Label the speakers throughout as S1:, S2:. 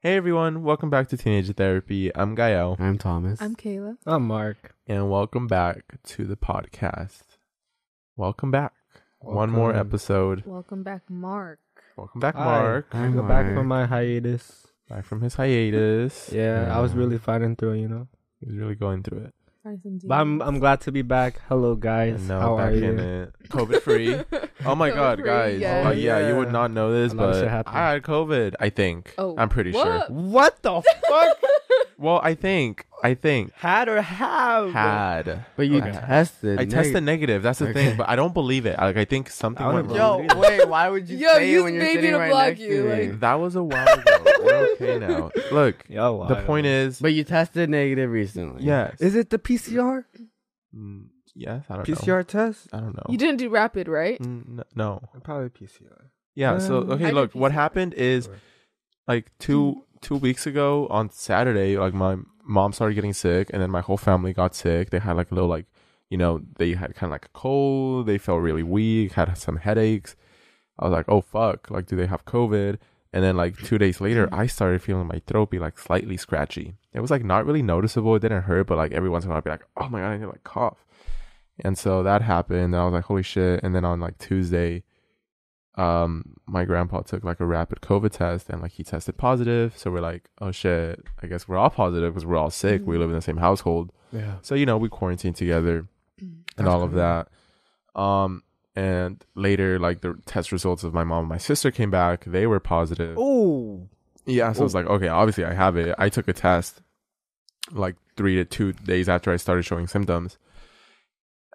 S1: Hey everyone, welcome back to Teenage Therapy. I'm Gael,
S2: I'm Thomas.
S3: I'm Kayla.
S4: I'm Oh, Mark.
S1: and welcome back to the podcast. Welcome back. One
S4: Welcome.
S1: more episode.
S3: Welcome back, Mark.
S1: Welcome back,
S4: Hi.
S1: Mark.
S2: I'm
S4: I go back
S2: Mark.
S4: from my hiatus.
S1: Back from his hiatus.
S4: Yeah, I was
S2: Yeah.
S4: really fighting through, you know.
S1: He's really going through it.
S3: Nice and
S4: But I'm I'm glad to be back. Hello guys.
S1: And now
S4: How
S1: back
S4: are
S1: in
S4: you?
S1: it. COVID free. Oh my god,
S3: Free,
S1: guys.
S3: yes.
S1: Oh, yeah, you would
S4: Yeah.
S1: not know this,
S4: A lot of
S1: but
S4: shit
S1: I
S4: happened.
S1: had COVID, I think.
S3: Oh,
S1: I'm pretty sure.
S3: what?
S4: What the fuck?
S1: Well, I think. I think.
S4: Had or have?
S1: Had.
S2: But you
S1: Okay.
S2: tested.
S1: I
S2: neg-
S1: tested negative. That's the thing,
S2: Okay.
S1: but I don't believe it. Like I think something
S4: I
S1: went
S4: wouldn't
S1: wrong.
S2: Yo, wait. Why would you
S3: Yo,
S2: say it
S3: you
S2: when you're
S3: made me
S2: sitting
S3: to
S2: right
S3: block
S2: next
S3: you,
S2: to me?
S3: like-
S1: That was a while ago. We're okay now. Look,
S4: Yo, wow.
S1: the point is,
S2: But you tested negative recently.
S1: yes,
S4: Is it the PCR?
S1: Mm, yes. I don't know.
S4: PCR test?
S1: I don't know.
S3: You didn't do rapid, right?
S1: Mm, n- no.
S4: Probably PCR.
S1: Yeah. so
S4: Um,
S1: okay,
S3: I did
S1: look, what
S3: PCR.
S1: happened is, like two two weeks ago on Saturday, like my mom started getting sick, and then my whole family got sick. They had like a little like, you know, they had kind of like a cold. They felt really weak, had some headaches. I was like, oh fuck, like do they have COVID? And then like two days later, I started feeling my throat be like slightly scratchy. It was like not really noticeable. It didn't hurt, but like every once in a while, I'd be like, oh my god, I need to like cough. And so that happened. And I was like, holy shit. And then on like Tuesday, um, my grandpa took like a rapid COVID test and like he tested positive. So we're like, oh shit, I guess we're all positive because we're all sick. We
S4: Mm-hmm.
S1: live in the same household.
S4: Yeah.
S1: So you know, we quarantined together and
S4: That's
S1: all of
S4: crazy.
S1: that. Um, and later, like the test results of my mom and my sister came back. They were positive.
S4: Oh.
S1: Yeah, so I was like, okay, obviously I have it. I took a test like three to two days after I started showing symptoms.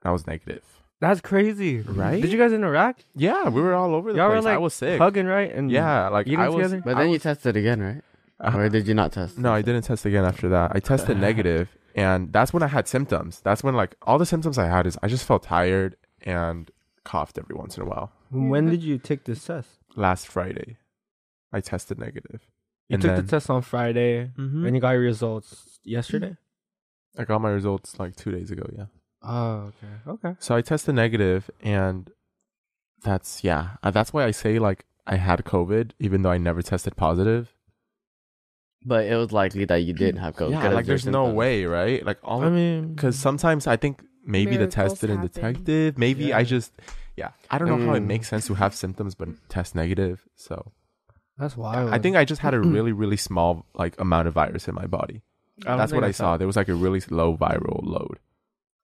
S1: I was negative.
S4: That's crazy.
S1: Right?
S4: Did you guys interact?
S1: Yeah, we were all over the
S4: Y'all were,
S1: place. I
S4: like,
S1: was sick.
S4: Hugging, right? And
S1: yeah, like
S4: eating
S1: I was.
S4: together?
S2: But
S1: I
S2: then you
S1: was- Uh,
S2: tested again, right? or did you not test?
S1: No, I didn't test again after that. I tested negative, and that's when I had symptoms. That's when like all the symptoms I had is I just felt tired and coughed every once in a while.
S4: When did you take this test?
S1: Last Friday, I tested negative.
S4: You
S1: And
S4: took
S1: then- Mm-hmm.
S4: the test on Friday and you got your results yesterday?
S1: I got my results like two days ago. Yeah.
S4: Oh, okay. Okay.
S1: So I tested negative, and that's yeah. Uh, That's why I say like I had COVID, even though I never tested positive.
S2: But it was likely that you did have COVID.
S1: yeah,
S2: because
S1: like
S2: of your
S1: there's no
S2: symptoms.
S1: way, right? Like all
S4: I mean,
S1: because sometimes I think maybe the
S3: Miracles
S1: test didn't
S3: happen.
S1: detect it. Maybe I
S4: Yeah.
S1: just yeah. I don't know how it
S2: Mm.
S1: makes sense to have symptoms but
S3: Mm.
S1: test negative. So
S4: that's wild.
S1: I think I just had
S3: Mm-hmm.
S1: a really really small like amount of virus in my body. That's what I saw. There was like a really low viral load.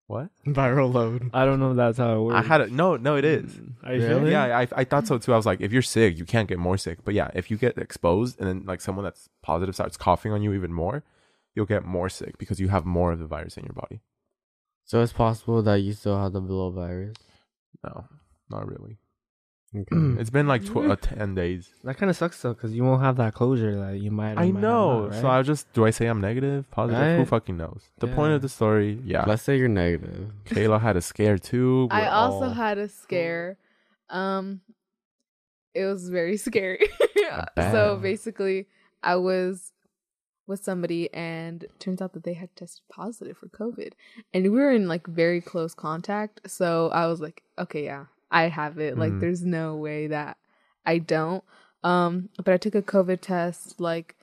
S1: What?
S2: Viral load.
S4: I don't know if that's how it works. Mm,
S1: I had a, no no it is.
S4: Are you sure?
S2: Really?
S1: Yeah, I, I thought so too. I was like, if you're sick, you can't get more sick. But yeah, if you get exposed and then like someone that's positive starts coughing on you even more, you'll get more sick because you have more of the virus in your body.
S2: So it's possible that you still had the below virus.
S1: No, not really.
S4: Hmm.
S2: Okay.
S1: It's been like tw- uh, ten days.
S4: That kind of sucks though, because you won't have that closure that you might. or
S1: I
S4: might
S1: know.
S4: Not,
S1: So I was just do I say I'm negative, positive? Who
S4: Right?
S1: fucking knows? The point
S4: Yeah.
S1: of the story, yeah.
S2: Let's say you're negative.
S1: Kayla had a scare too.
S3: I
S1: We're
S3: also
S1: all-
S3: had a scare. Um, it was very scary.
S1: I bet.
S3: so basically, I was with somebody, and turns out that they had tested positive for COVID, and we were in like very close contact. So I was like, okay, yeah, I have it. Like,
S1: Mhm.
S3: there's no way that I don't. Um, but I took a COVID test like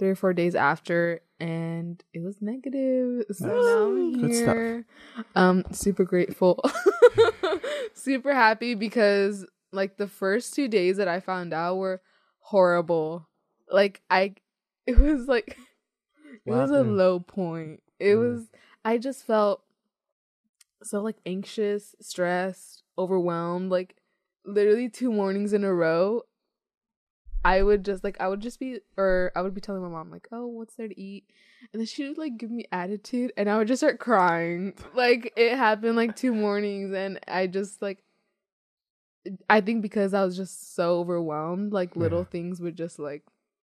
S3: three or four days after, and it was negative. So
S1: Nice.
S3: now I'm
S1: Good
S3: here.
S1: stuff.
S3: Um, super grateful, super happy because like the first two days that I found out were horrible. Like I, it was like it
S4: What
S3: was a
S4: happened?
S3: low point. It
S4: Mm.
S3: was I just felt so like anxious, stressed, overwhelmed. Like literally two mornings in a row, I would just like I would just be or I would be telling my mom like, "Oh, what's there to eat?" And then she would like give me attitude and I would just start crying. Like it happened like two mornings and I just like I think because I was just so overwhelmed, like little
S1: Yeah.
S3: things would just like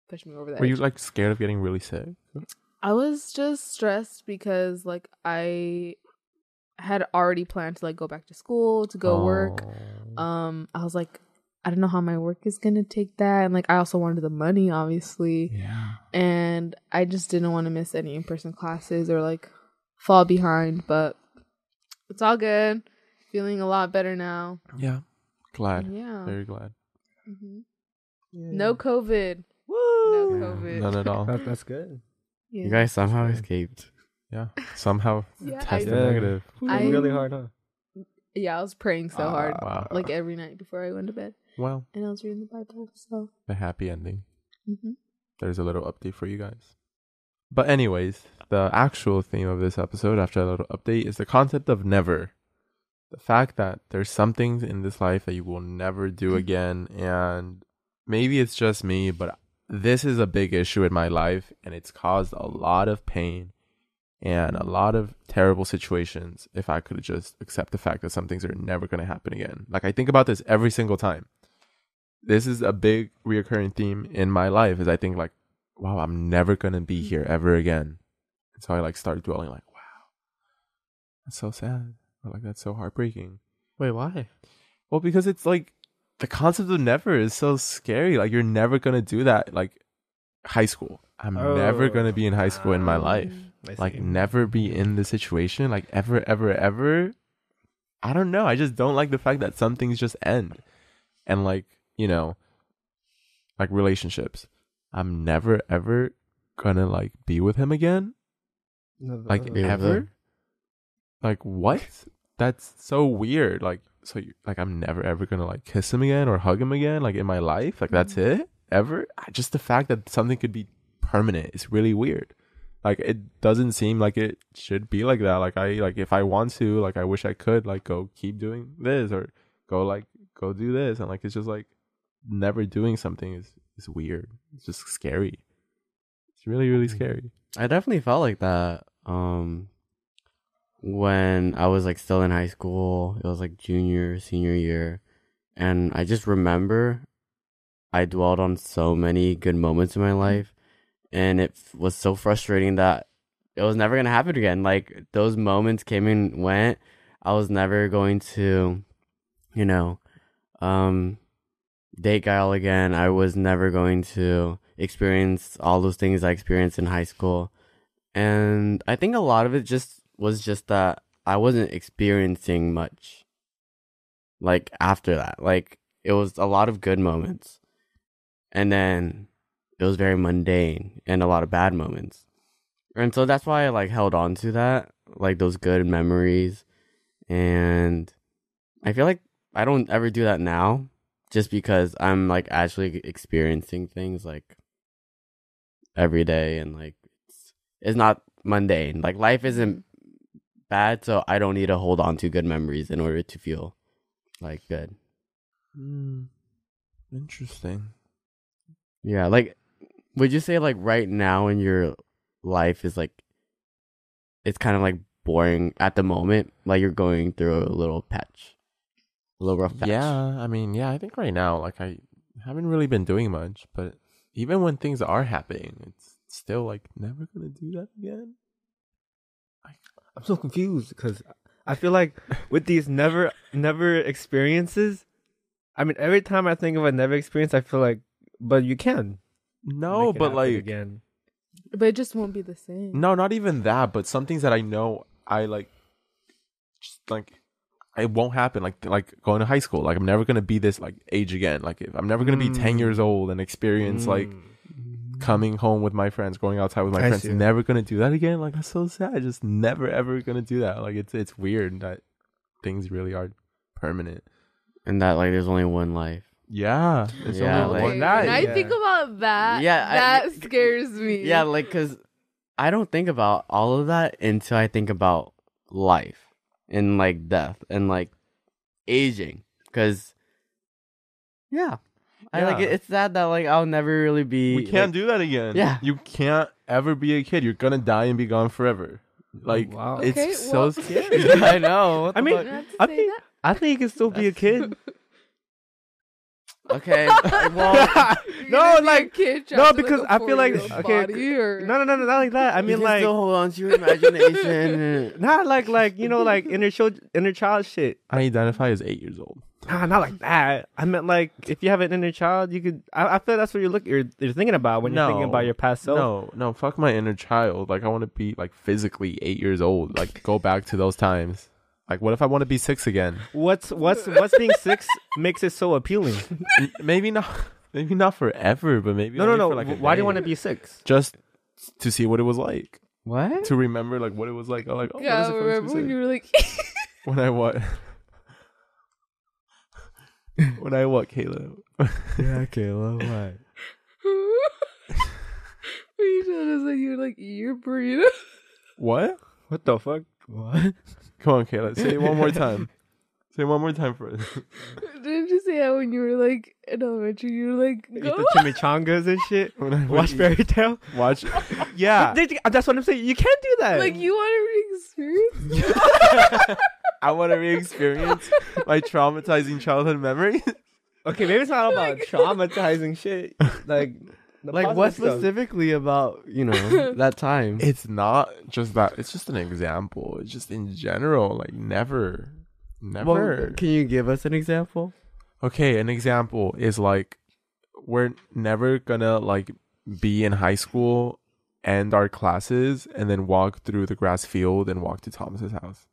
S3: push me over the
S1: Were
S3: edge.
S1: you like scared of getting really sick?
S3: I was just stressed because like I had already planned to like go back to school, to go work.
S1: Oh.
S3: Um I was like I don't know how my work is going to take that and like I also wanted the money obviously
S1: yeah.
S3: and I just didn't want to miss any in person classes or like fall behind, but it's all good. Feeling a lot better now.
S1: Yeah. Glad.
S3: Yeah.
S1: Very glad.
S3: hmm No COVID. Woo! No
S1: Yeah,
S3: COVID.
S1: None at all.
S4: That, that's good.
S3: Yeah.
S2: You guys somehow escaped.
S1: Yeah. Somehow
S3: Yeah, I
S1: tested
S4: did.
S1: negative.
S3: I-
S4: really hard, huh?
S3: yeah, I was praying so hard,
S1: Wow.
S3: like every night before I went to bed,
S1: well,
S3: and I was reading the Bible. So,
S1: the happy ending.
S3: mhm.
S1: There's a little update for you guys. But anyways, the actual theme of this episode, after a little update, is the concept of never. The fact that there's some things in this life that you will never do again, and maybe it's just me, but this is a big issue in my life, and it's caused a lot of pain and a lot of terrible situations. If I could just accept the fact that some things are never going to happen again, like I think about this every single time. This is a big reoccurring theme in my life. Is I think like, wow, I'm never going to be here ever again. And so I like start dwelling like, wow, that's so sad. Or like that's so heartbreaking.
S2: Wait, why?
S1: Well, because it's like the concept of never is so scary. Like you're never gonna do that. Like high school, I'm never
S4: Oh. um,
S1: gonna be in high school in my life.
S4: I
S1: Like
S4: see.
S1: never be in this situation. Like ever, ever, ever. I don't know. I just don't like the fact that some things just end, and like you know, like relationships. I'm never ever gonna like be with him again.
S4: No,
S1: Like
S4: uh,
S2: Yeah,
S1: ever.
S2: the-
S1: Like what? That's so weird. Like so, you, like I'm never ever gonna like kiss him again or hug him again. Like in my life, like that's it. Ever? I, just the fact that something could be permanent is really weird. Like it doesn't seem like it should be like that. Like I like if I want to, like I wish I could like go keep doing this or go like go do this and like it's just like never doing something is is weird. It's just scary. It's really really scary.
S2: I definitely felt like that. Um, when I was like still in high school, it was like junior, senior year, and I just remember I dwelled on so many good moments in my life, and it f- was so frustrating that it was never gonna happen again. Like those moments came and went. I was never going to, you know, um, date Guile again. I was never going to experience all those things I experienced in high school. And I think a lot of it just was just that I wasn't experiencing much. Like after that, like it was a lot of good moments. And then it was very mundane and a lot of bad moments. And so that's why I like held on to that, like those good memories. And I feel like I don't ever do that now just because I'm like actually experiencing things like every day and like it's, it's not mundane. Like life isn't bad, so I don't need to hold on to good memories in order to feel like good.
S1: Hmm. Interesting.
S2: Yeah, like would you say like right now in your life is like it's kind of like boring at the moment, like you're going through a little patch. A little rough patch.
S1: Yeah, I mean, yeah, I think right now, like, I haven't really been doing much, but even when things are happening, it's still like never gonna do that again.
S4: I'm so confused because I feel like with these never, never experiences, I mean, every time I think of a never experience, I feel like, but you can.
S1: No,
S4: make it
S1: but
S4: happen
S1: like,
S4: again.
S3: but it just won't be the same.
S1: no, not even that, but some things that I know I like, just like. It won't happen. Like like going to high school. Like I'm never gonna be this like age again. Like if, I'm never gonna be ten
S4: Mm.
S1: years old and experience like coming home with my friends, going outside with my
S4: I
S1: friends.
S4: see.
S1: Never gonna do that again. Like that's so sad. Just never ever gonna do that. Like it's it's weird that things really are permanent.
S2: And that like there's only one life.
S1: Yeah, it's
S2: Yeah,
S1: only
S2: like-
S1: one
S3: when
S1: night.
S3: I
S4: yeah.
S3: think about that,
S2: Yeah, I-
S3: that scares me.
S2: Yeah, like because I don't think about all of that until I think about life and like death and like aging. Because yeah, I like
S1: Yeah.
S2: it, it's sad that like I'll never really be.
S1: we can't
S2: like,
S1: do that again.
S2: Yeah.
S1: you can't ever be a kid. You're gonna die and be gone forever. Like
S4: Wow.
S1: it's
S3: Okay,
S1: so
S3: well-
S1: scary.
S2: I know. what
S4: I
S2: the
S4: mean,
S3: You don't
S2: fuck?
S3: have to
S4: I
S3: say
S4: think-
S3: that.
S4: I think you can still be a kid.
S2: okay. Well,
S3: You're
S4: No,
S3: gonna be a
S4: like-
S3: kid
S4: no,
S3: trapped in,
S4: because
S3: a
S4: I feel like-
S3: four-year-old
S4: okay,
S3: body or-
S4: No, no, no, no, not like that. I
S2: I mean,
S4: mean,
S2: like
S4: like,
S2: still hold on to your imagination.
S4: not like, like you know, like inner child, inner child shit.
S1: I identify as eight years old.
S4: Nah, not like that. I meant like if you have an inner child, you could. I, I feel that's what you're looking, you're, you're thinking about when you're thinking
S1: No.
S4: about your past self.
S1: no, no, fuck my inner child. Like I want to be like physically eight years old. Like go back to those times. Like what if I want to be six again?
S4: What's what's what's being six makes it so appealing.
S1: N- Maybe not. maybe not forever, but maybe
S4: No, no,
S1: only
S4: no.
S1: For like a
S4: Why do you
S1: day.
S4: want to be six?
S1: just to see what it was like,
S2: What?
S1: to remember like what it was like. Oh, like oh, what is
S3: yeah,
S1: it for
S3: remember when
S1: Tuesday?
S3: you were like,
S1: when I what? when I what, Caleb?
S2: Yeah, Caleb. What?
S3: when you told us that you were like eat your burrito.
S1: What?
S4: What the fuck?
S2: What?
S1: Come on, Caleb. Say it one more time. Say it one more time for us.
S3: Didn't you say how when you were like in elementary you were like
S4: Eat
S3: go?
S4: the chimichangas and shit.
S1: When I would
S4: Watch
S1: eat-
S4: fairy tale.
S1: Watch.
S4: But
S1: Yeah,
S4: they- that's what I'm saying. You can't do that.
S3: like you want to experience?
S1: I want to re-experience my traumatizing childhood memory.
S4: okay, maybe it's not all about
S3: Like-
S4: traumatizing shit. Like, the
S2: Like what
S4: positive stuff.
S2: specifically about you know that time?
S1: It's not just that. It's just an example. It's just in general. Like never, never.
S2: Well, can you give us an example?
S1: okay an example is like we're never gonna like be in high school end our classes and then walk through the grass field and walk to thomas's house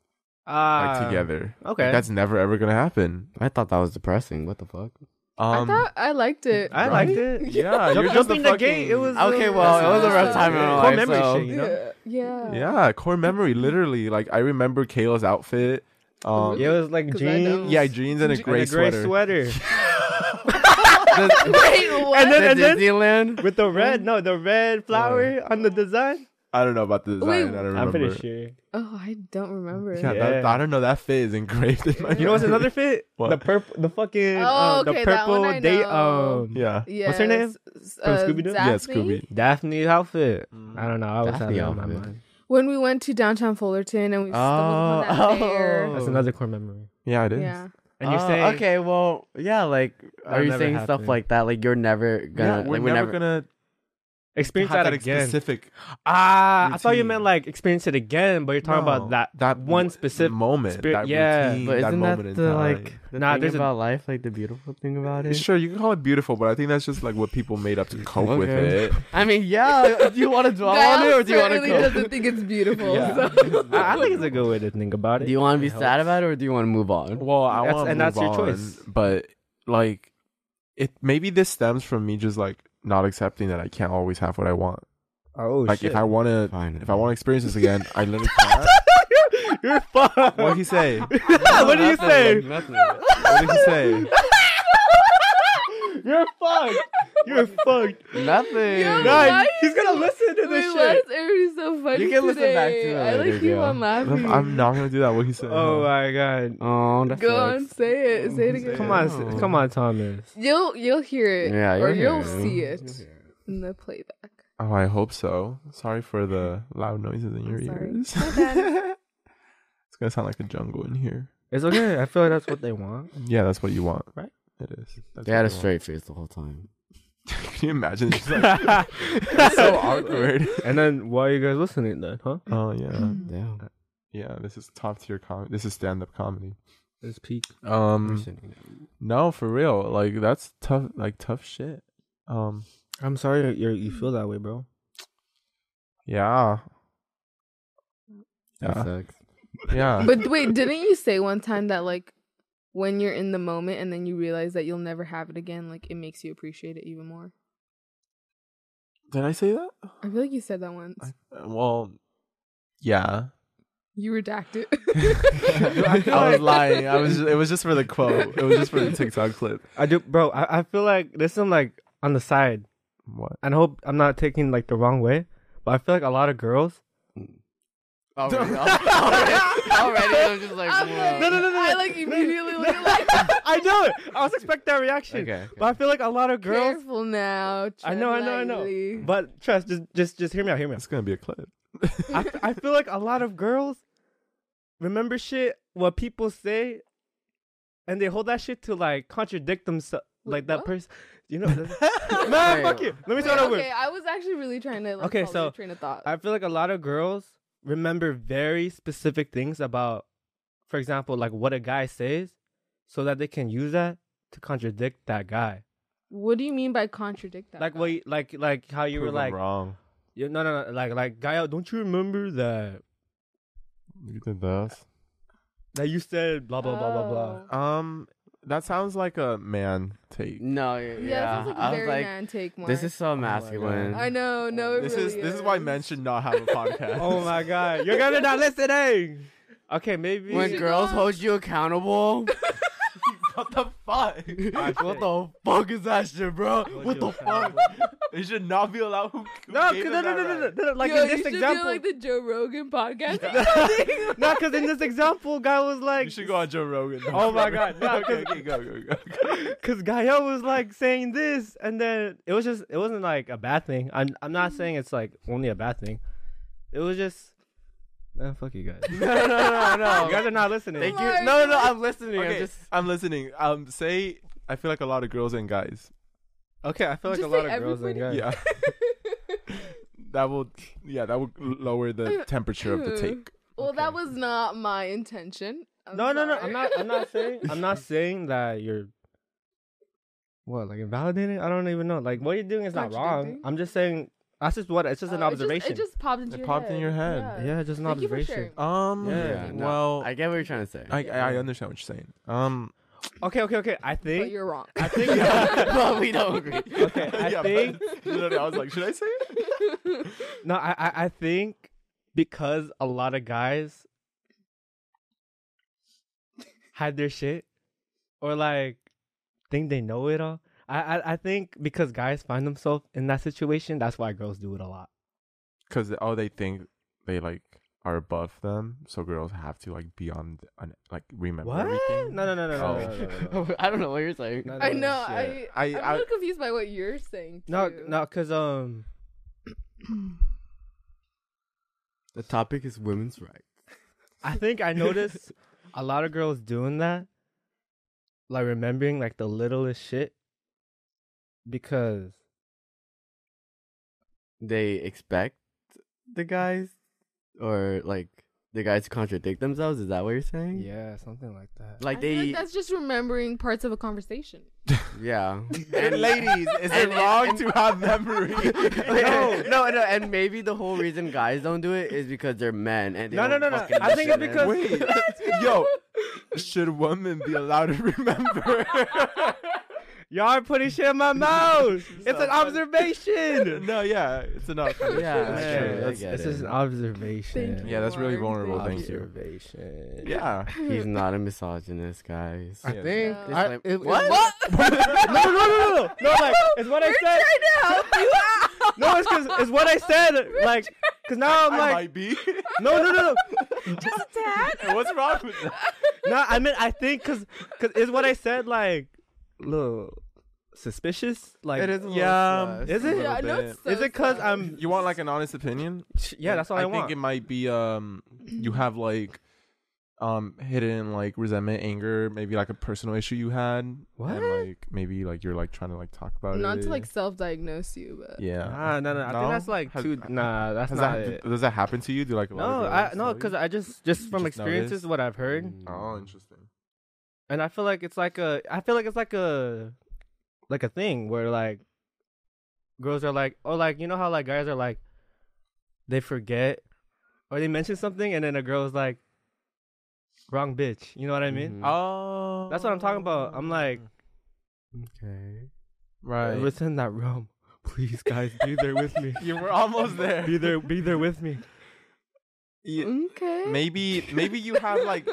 S1: like
S4: Ah.
S1: together
S4: okay.
S1: Like, that's never ever gonna happen
S2: I thought that was depressing. What the fuck?
S3: I
S1: um
S3: thought I liked it.
S4: I
S1: Right?
S4: liked it.
S1: yeah you're
S4: Jump-
S1: just
S4: jumping
S1: a
S4: the gate,
S1: fucking-
S4: it was-
S2: Okay, well, it was a rough time in my
S1: Core
S2: life.
S4: memory
S2: so-
S4: shit, you know?
S3: yeah, yeah.
S1: yeah core memory literally like i remember kayla's outfit um
S4: Yeah, it was like
S3: 'Cause I
S4: jeans.
S3: don't-
S1: yeah jeans and a
S3: And a
S1: gray,
S4: and a gray
S1: sweater.
S4: sweater.
S3: Wait, what?
S4: And then-
S2: The
S4: and then-
S2: Disneyland.
S4: With the red, no, the red flower on the design.
S1: i don't know about the design
S3: Wait,
S1: i don't remember
S4: I'm pretty sure.
S3: oh, I don't remember.
S1: yeah, That,
S4: Yeah.
S1: i don't know that fit is engraved in my
S4: You know what's another fit?
S1: What?
S4: The purple, the fucking,
S3: Oh,
S4: um, the
S3: okay, that one
S4: purple
S3: I
S4: date,
S3: know.
S4: um,
S1: yeah
S3: Yes.
S4: What's her name?
S3: S-
S4: From
S3: uh,
S4: Scooby-Doo?
S1: yeah
S3: Daphne?
S1: scooby
S4: Daphne's outfit. I don't know. I was
S2: Daphne
S4: having on my
S2: outfit.
S4: mind.
S3: When we went to downtown Fullerton and we stumbled
S2: Oh,
S3: upon that bear.
S2: oh.
S4: That's another core memory.
S1: yeah it is
S3: Yeah.
S4: And
S1: Ah,
S4: you're
S2: Oh,
S4: saying,
S2: okay, well, yeah, like, are
S4: That'll
S2: you
S4: never
S2: saying
S4: happen.
S2: stuff like that? Like, you're never
S1: Yeah,
S2: gonna,
S1: we're,
S2: like,
S1: never, gonna
S4: experience
S1: have
S4: that,
S1: that
S4: again.
S1: specific
S4: ah, I thought you
S1: routine.
S4: meant like experience it again, but you're talking
S1: No,
S4: about that that one
S1: w-
S4: specific.
S1: moment,
S4: spirit-
S1: that
S4: yeah,
S1: routine,
S2: But
S1: that
S2: isn't
S1: moment
S2: that
S1: in
S2: the
S1: time.
S2: like the
S4: Nah,
S2: thing
S4: there's a-
S2: about life? Like the beautiful thing about it.
S1: Sure, you can call it beautiful, but I think that's just like what people made up to cope with
S2: Okay.
S1: it.
S2: I mean, yeah. do you want to dwell on it or
S3: Giles
S2: do you want to
S3: certainly
S2: go?
S3: doesn't think it's beautiful.
S1: Yeah.
S3: so-
S4: I, I think it's a good way to think about it.
S2: Do you want to be
S4: It
S2: sad
S4: helps.
S2: about it or do you want to move on?
S1: Well, I
S4: That's-
S1: want to
S4: and
S1: move
S4: that's your
S1: on,
S4: choice.
S1: but like it maybe this stems from me just like not accepting that I can't always have what I want.
S4: Oh
S1: like
S4: shit!
S1: if I want to,
S2: Fine.
S1: if I want to experience this again, I literally can't.
S4: you're fucked.
S1: what did he say? What
S4: what do you say?
S1: did he say?
S4: You're fucked. You're fucked.
S2: Nothing.
S3: Yo,
S4: Nah,
S3: why
S4: he's
S3: is
S4: gonna
S3: it-
S4: listen to
S3: Wait,
S4: this
S3: why
S4: shit.
S3: is everybody so funny
S2: You can listen back
S3: today?
S2: to it
S3: I like
S2: later,
S3: keep
S2: girl.
S3: on laughing.
S1: I'm not gonna do that. What did he say?
S4: Oh my god.
S2: Oh, that
S3: Go on,
S2: sucks.
S3: say it. Say it again.
S4: Come on, s- come on, Thomas.
S3: You'll you'll hear it.
S2: Yeah,
S3: or
S2: you'll
S3: you'll
S2: hear it.
S3: see
S2: You'll
S3: it in the playback.
S1: Oh, I hope so. Sorry for the loud noises in your
S3: sorry.
S1: ears.
S3: My bad.
S1: it's gonna sound like a jungle in here.
S4: It's okay. I feel like that's what they want.
S1: Yeah, that's what you want,
S4: Right?
S1: It is. That's
S2: They had a
S1: what you
S2: straight face the whole time.
S1: want. Can you imagine? It's like so
S4: and
S1: awkward.
S4: then why are you guys listening then, huh?
S1: Oh yeah,
S2: Damn.
S1: yeah. This is top tier comedy. This is stand up comedy.
S4: It's peak.
S1: Um, no, for real. Like that's tough. Like tough shit. Um,
S4: I'm sorry you you feel that way, bro.
S1: yeah,
S2: That
S1: Yeah.
S2: sucks.
S1: yeah.
S3: But wait, didn't you say one time that like when you're in the moment and then you realize that you'll never have it again, like it makes you appreciate it even more?
S1: Did I say that?
S3: I feel like you said that once.
S1: I, uh, well, yeah.
S3: You redact it.
S1: I was lying. I was. It was just for the quote. It was just for the TikTok clip.
S4: I do, bro. I, I feel like there's some like on the side,
S1: What?
S4: and I hope I'm not taking like the wrong way, but I feel like a lot of girls.
S2: Already, already, already, I'm just like,
S3: I'm like,
S4: No, no, no, no,
S3: I
S4: no.
S3: like immediately
S4: No.
S3: look like
S4: I know it. I was expecting that reaction,
S2: okay.
S4: but I feel like a lot of girls.
S3: careful now.
S4: I know, I know, I know.
S3: But
S4: But trust, just, just, just hear me out. Hear me out.
S1: It's gonna be a clip.
S4: I, I feel like a lot of girls remember shit what people say, and they hold that shit to like contradict themselves.
S3: Wait,
S4: Like that
S3: what?
S4: person, you know. Man, fuck you. Let me start over.
S3: okay, I was actually really trying to like
S4: Okay,
S3: follow your
S4: so
S3: train of thought.
S4: I feel like a lot of girls remember very specific things about, for example, like what a guy says, so that they can use that to contradict that guy.
S3: what do you mean by contradict that?
S4: Like what, you- like, like how you were
S1: Prove 'em
S4: like,
S1: wrong.
S4: you, no, no, no, like, like, guy, don't you remember that
S1: You did this.
S4: that you said blah blah blah blah blah?
S1: Um, that sounds like a man take.
S2: No, yeah,
S3: Oh. Yeah, yeah it sounds
S2: I
S3: like
S2: was
S3: very
S2: like,
S3: man take mark.
S2: this is so masculine.
S3: I know, no, it
S1: This
S3: really
S1: is this is why men should not have a podcast.
S4: Oh my god, you're gonna not listening. Okay, maybe.
S2: When
S3: should
S2: girls
S3: not-
S2: hold you accountable,
S1: what the fuck?
S2: what the fuck is that shit, bro? What the fuck?
S1: It should not be allowed. Who, who
S4: No, 'cause
S1: gave
S4: no,
S1: him
S4: no,
S1: that
S4: no, no, no,
S1: right?
S4: no, no, Like
S3: Yo,
S4: in
S3: you
S4: this
S3: should
S4: example,
S3: do like the Joe Rogan podcast.
S4: no, because in this example, guy was
S1: You
S4: like,
S1: should go on Joe Rogan.
S4: Oh my God, no,
S1: okay,
S4: 'cause-
S1: okay, go, go, go. go.
S4: because Gael was like saying this, and then it was just, it wasn't like a bad thing. I'm, I'm not saying it's like only a bad thing. It was just, man, fuck you guys. you
S2: No, no, no, no.
S4: guys are not listening.
S2: Thank
S3: Lord.
S2: you. No, no, I'm listening. I'm
S1: Okay,
S2: just.
S1: I'm listening. Um, say I feel like a lot of girls and guys.
S4: Okay, I feel like
S3: Just
S4: a lot
S3: say
S4: of girls and guys.
S3: everybody-
S1: Yeah, that will. Yeah, that will lower the temperature of the take.
S3: well, that was not my intention. I'm
S4: No, no, no.
S3: sorry.
S4: I'm not. I'm not saying. I'm not saying that you're. What like invalidating? I don't even know. Like what you're doing is not wrong.
S3: Contradicting?
S4: I'm just saying. That's just what. It's just an
S3: Uh, it
S4: observation.
S3: It just, popped into
S1: It
S3: your
S1: popped in
S3: head.
S1: your head.
S4: yeah, just an
S3: Thank you for
S4: observation.
S3: sharing.
S1: Um.
S4: Yeah,
S2: no,
S1: well,
S2: I get what you're trying to say.
S1: I, I I understand what you're saying. Um.
S4: Okay, okay, okay. I
S3: But
S4: think.
S3: you're wrong.
S4: I think.
S2: but we don't agree.
S4: okay, I
S1: yeah, but-
S4: think.
S1: literally, I was like, should I say it?
S4: No, I, I, I think because a lot of guys hide their shit or like think they know it all. I, I, I think because guys find themselves in that situation, that's why girls do it a lot.
S1: Because oh, they think they like are above them, so girls have to like be on th- on- like remember everything.
S4: No, no, no, no, no,
S1: Oh.
S4: no, no, no, no.
S2: I don't know what you're saying.
S4: No, no.
S3: I know. I,
S1: shit.
S3: I,
S1: I-
S3: am
S1: I-
S3: really confused by what you're saying.
S4: No,
S3: too.
S4: no, because um,
S2: The topic is women's rights.
S4: I think I noticed a lot of girls doing that, like remembering like the littlest shit, because
S2: They expect the guys, or like the guys to contradict themselves. Is that what you're saying?
S4: yeah, something like that.
S3: I
S2: Like
S3: feel
S2: they,
S3: like that's just remembering parts of a conversation.
S2: yeah.
S1: And ladies, is
S2: and-
S1: it wrong
S2: and-
S1: to have memory?
S2: no, no, no, and maybe the whole reason guys don't do it is because they're men. And they
S4: No, no,
S2: don't
S4: no, no.
S2: fucking
S4: I think it's
S2: listen.
S4: because-
S1: Wait, yo, should women be allowed to remember?
S4: Y'all are putting shit in my mouth. it's
S1: So
S4: an
S1: funny.
S4: observation.
S1: no, yeah, it's enough.
S2: Yeah, that's
S4: Yeah,
S2: true. I
S4: that's-
S2: get
S4: It's
S2: it.
S4: just an observation.
S3: Thank you.
S1: Yeah, that's really
S3: Lauren.
S1: vulnerable. Thank you.
S4: observation.
S1: Yeah.
S2: He's not a misogynist, guys.
S4: I think
S3: Yeah.
S4: I,
S2: Disclaim-
S4: it- it-
S2: What?
S3: What?
S4: no, no, no, no, no, no. Like it's what I said. No, it's cause it's what I said. Like, cause now I'm
S1: I
S4: like,
S1: might be.
S4: no, no, no,
S3: Just a tad.
S1: What's wrong with that?
S4: no. No, I mean, I think cause cause is what I said. Like, little suspicious. Like,
S2: It is a little
S4: yeah.
S2: sus.
S4: Is
S1: A
S4: it?
S1: little
S3: Yeah, I know it's so
S4: Is it cause
S3: sad.
S4: I'm?
S1: You want like an honest opinion?
S4: Yeah, that's all I,
S1: I
S4: want.
S1: think it might be um you have like um hidden like resentment, anger, maybe like a personal issue you had.
S4: What?
S1: And like maybe like you're like trying to like talk about it.
S3: Not to like self-diagnose you, but
S1: Yeah.
S4: Ah, no, no. I
S1: No?
S4: think that's like
S1: Has-
S4: too. Nah, that's
S1: Has
S4: not
S1: that,
S4: it.
S1: does that happen to you? Do like a lot
S4: No, I
S1: of girls
S4: no,
S1: tell you?
S4: because I just just from
S1: just
S4: experiences
S1: noticed?
S4: what I've heard,
S1: Oh, interesting.
S4: and I feel like it's like a. I feel like it's like a, like a thing where like, girls are like, oh, like you know how like guys are like, they forget, or they mention something and then a girl's like, wrong bitch. You know what I mean?
S2: Mhm.
S1: Oh,
S4: That's what I'm talking about. I'm like,
S2: Okay.
S1: right.
S4: within that realm, please, guys, be there with me.
S1: you were almost there.
S4: Be there, be there with me.
S1: You-
S3: okay.
S1: maybe, maybe you have like,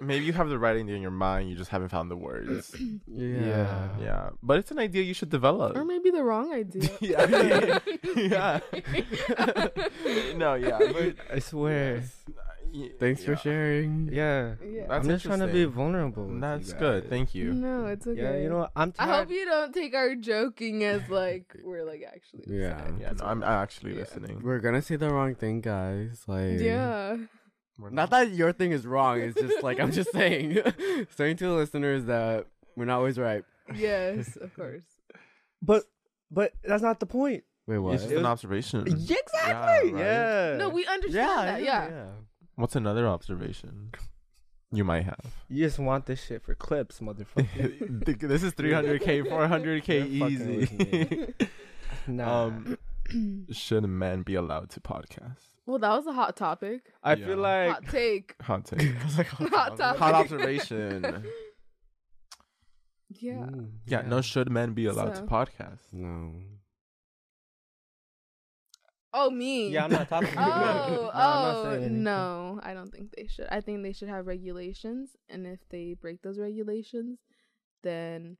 S1: maybe you have the right idea in your mind. You just haven't found the words.
S2: Yeah.
S1: Yeah, but it's an idea you should develop.
S3: or maybe the wrong idea.
S1: yeah, yeah. no, yeah. But, uh,
S4: I swear.
S2: Thanks for
S1: yeah.
S2: sharing.
S4: Yeah,
S3: Yeah.
S1: That's
S4: I'm just trying to be
S1: interesting.
S4: vulnerable. with you
S1: That's
S4: guys.
S1: good. Thank you. Mm-hmm.
S3: No, it's okay.
S4: Yeah, you know what? I'm
S3: I
S4: tired.
S3: hope you don't take our joking as like we're like actually.
S2: Yeah.
S3: upset.
S1: Yeah, no, I'm I'm actually
S3: Yeah.
S1: listening.
S2: We're gonna say the wrong thing, guys. Like,
S3: Yeah.
S1: We're
S2: Not that your thing is wrong. It's just like I'm just saying, saying to the listeners that we're not always right.
S3: Yes, of course.
S4: But but that's not the point.
S2: Wait, what?
S1: It's just an observation.
S4: Exactly.
S1: Yeah,
S4: Yeah.
S1: right?
S3: No, we understand that. Yeah.
S1: What's another observation you might have?
S4: You just want this shit for clips, motherfucker.
S1: this is 300k, 400k
S4: You're fucking with
S1: easy.
S4: nah.
S1: um, should a man be allowed to podcast?
S3: Well, that was a hot topic.
S4: I
S1: yeah.
S4: feel like
S3: hot take.
S1: Hot take.
S4: oh.
S2: I was like,
S3: Hot topic.
S1: Hot observation.
S3: Yeah.
S2: Mm,
S1: Yeah, no, should men be allowed
S3: So-
S1: to podcast?
S2: No.
S3: Oh, me.
S4: Yeah, I'm not talking.
S3: Oh,
S4: No, I'm not
S3: oh,
S4: saying anything.
S3: no, I don't think they should. I think they should have regulations, and if they break those regulations, then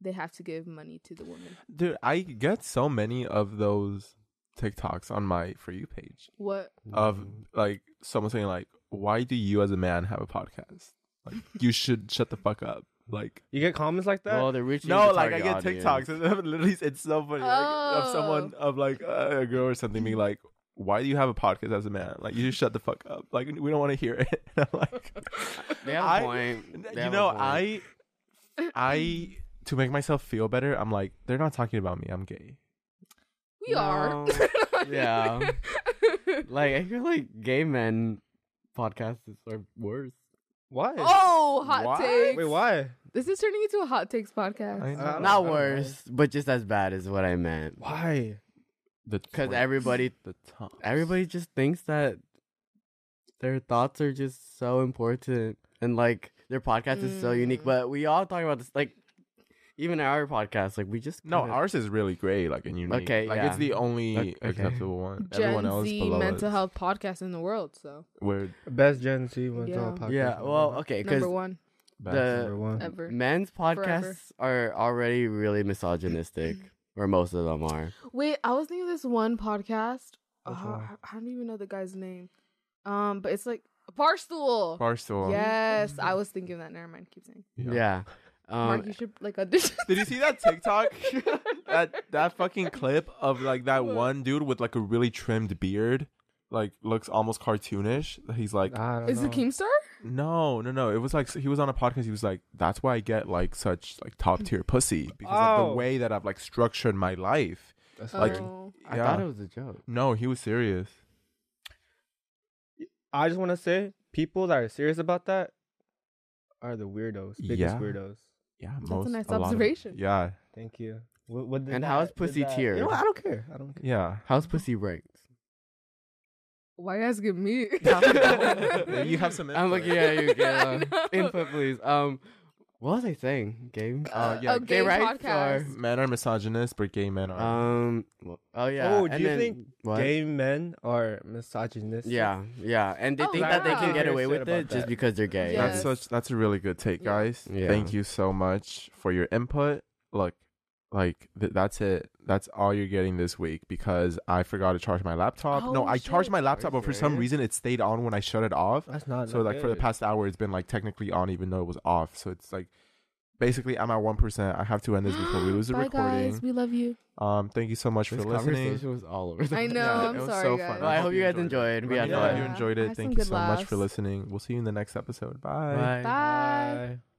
S3: they have to give money to the woman.
S1: Dude, I get so many of those TikToks on my For You page
S3: What?
S1: of
S2: Mm.
S1: like someone saying, like, why do you as a man have a podcast? Like, you should shut the fuck up. Like,
S4: You get comments like that?
S2: well, they're reaching.
S1: no,
S2: the
S1: like I
S2: target
S1: get
S2: audience.
S1: TikToks. and Literally, it's so funny. Like, of someone of like a girl or something being like, "Why do you have a podcast as a man? Like, you just shut the fuck up. Like, we don't want to hear it." And I'm like,
S2: They have a
S1: I-
S2: point. They have
S1: you
S2: a
S1: know,
S2: point.
S1: I, I to make myself feel better, I'm like, they're not talking about me. I'm gay.
S3: We are.
S2: No. Yeah. like I feel like gay men podcasts are worse.
S4: Why?
S3: oh, hot
S1: Why?
S3: takes.
S4: Wait, why?
S3: This is turning into a hot takes podcast.
S1: I know.
S4: Uh,
S2: Not
S4: I don't
S2: worse, but just as bad is what I meant.
S4: Why?
S1: The
S2: Because
S1: twinks,
S2: everybody,
S1: the tongue,
S2: everybody just thinks that their thoughts are just so important, and like their podcast is so unique.
S3: Mm.
S2: But we all talk about this, like even our podcast, like we just
S1: No,
S2: kinda-
S1: ours is really great. Like, and unique.
S2: Okay,
S1: like it's
S2: yeah.
S1: the only
S2: Okay.
S1: acceptable one. Everyone
S3: Gen
S1: else
S3: Z
S1: below
S3: mental
S1: us,
S3: health podcast in the world. So
S1: We're
S4: Best Gen Z went
S3: Yeah.
S4: to a podcast.
S2: Yeah, well, okay, because
S3: number one
S1: bad.
S2: The-
S4: number one.
S3: ever.
S2: men's podcasts are already really misogynistic, or most of them are.
S3: Wait, I was thinking of this one podcast.
S4: Which
S3: Uh,
S4: one?
S3: I I don't even know the guy's name. Um, but it's like Barstool.
S1: Barstool.
S3: Yes, I was thinking that. Never mind. Keep saying.
S2: Yeah. Um,
S3: Mark, you should like audition.
S1: Did you see that TikTok? that that fucking clip of like that
S3: What?
S1: one dude with like a really trimmed beard, like looks almost cartoonish. He's like,
S4: I don't
S3: Is
S4: know.
S3: it Keemstar?
S1: no, no, no. It was like he was on a podcast. He was like, that's why I get like such like top tier pussy because of
S4: Oh.
S1: the way that I've like structured my life.
S4: That's
S1: Like-
S4: weird.
S3: oh.
S2: I
S1: Yeah.
S2: thought it was a joke.
S1: No, he was serious.
S4: I just want to say, people that are serious about that are the weirdos, biggest
S1: Yeah.
S4: weirdos.
S1: Yeah,
S3: That's a
S1: most,
S3: nice
S1: lot of-
S3: observation.
S1: yeah,
S4: Thank you. What, what did
S2: And
S4: that-
S2: how is
S4: did
S2: pussy
S4: that-
S2: tiered?
S4: You know what? I don't care. I don't care.
S1: yeah.
S2: How's pussy ranked?
S3: Why you asking me?
S1: you have some.
S2: I'm
S1: input.
S2: looking at you,
S3: I
S2: Gail.
S3: know.
S2: Input, please. Um, what was I saying? Game.
S1: Uh, yeah,
S3: a
S1: gay
S3: Oh, gay
S2: rights
S3: podcast.
S1: Men are misogynist, but gay men are.
S2: Um. wh- Oh yeah.
S4: Uh, Oh, do
S2: and
S4: you
S2: then-
S4: think
S2: what?
S4: Gay men are misogynistic.
S2: Yeah, yeah, and they
S3: Oh,
S2: think
S3: yeah.
S2: that they can
S3: Like,
S2: get
S4: they
S2: away
S4: said
S2: with
S4: about
S2: it just
S4: that.
S2: because they're gay.
S3: Yeah.
S1: That's
S3: Yes.
S1: such that's a really good take,
S3: Yeah.
S1: guys.
S2: Yeah.
S1: Thank you so much for your input. Look, like th- that's it. That's all you're getting this week because I forgot to charge my laptop. no,
S3: Oh,
S1: I charged
S3: shit. Oh,
S1: my
S2: you
S1: laptop, but for some
S2: serious?
S1: reason it stayed on when I shut it off.
S4: That's not
S1: So like for the
S4: good.
S1: past hour, it's been like technically on, even though it was off. So it's like basically I'm at one percent. I have to end this before we lose the
S3: Bye,
S1: recording.
S3: guys. We love you.
S1: Um, thank you so much
S2: This
S1: for listening.
S2: conversation was all over. The
S3: I
S2: place.
S3: know.
S1: Yeah,
S3: I'm
S1: it was
S3: sorry,
S1: so
S3: guys.
S1: fun.
S2: Well, I hope you guys enjoyed. We
S1: Yeah,
S2: had
S1: I hope
S2: fun.
S1: you enjoyed
S3: I
S1: it.
S3: had
S1: Thank
S3: some
S1: you
S3: good
S1: so much for
S3: laughs.
S1: listening. We'll see you in the next episode.
S2: Bye.
S3: Bye.
S4: Bye.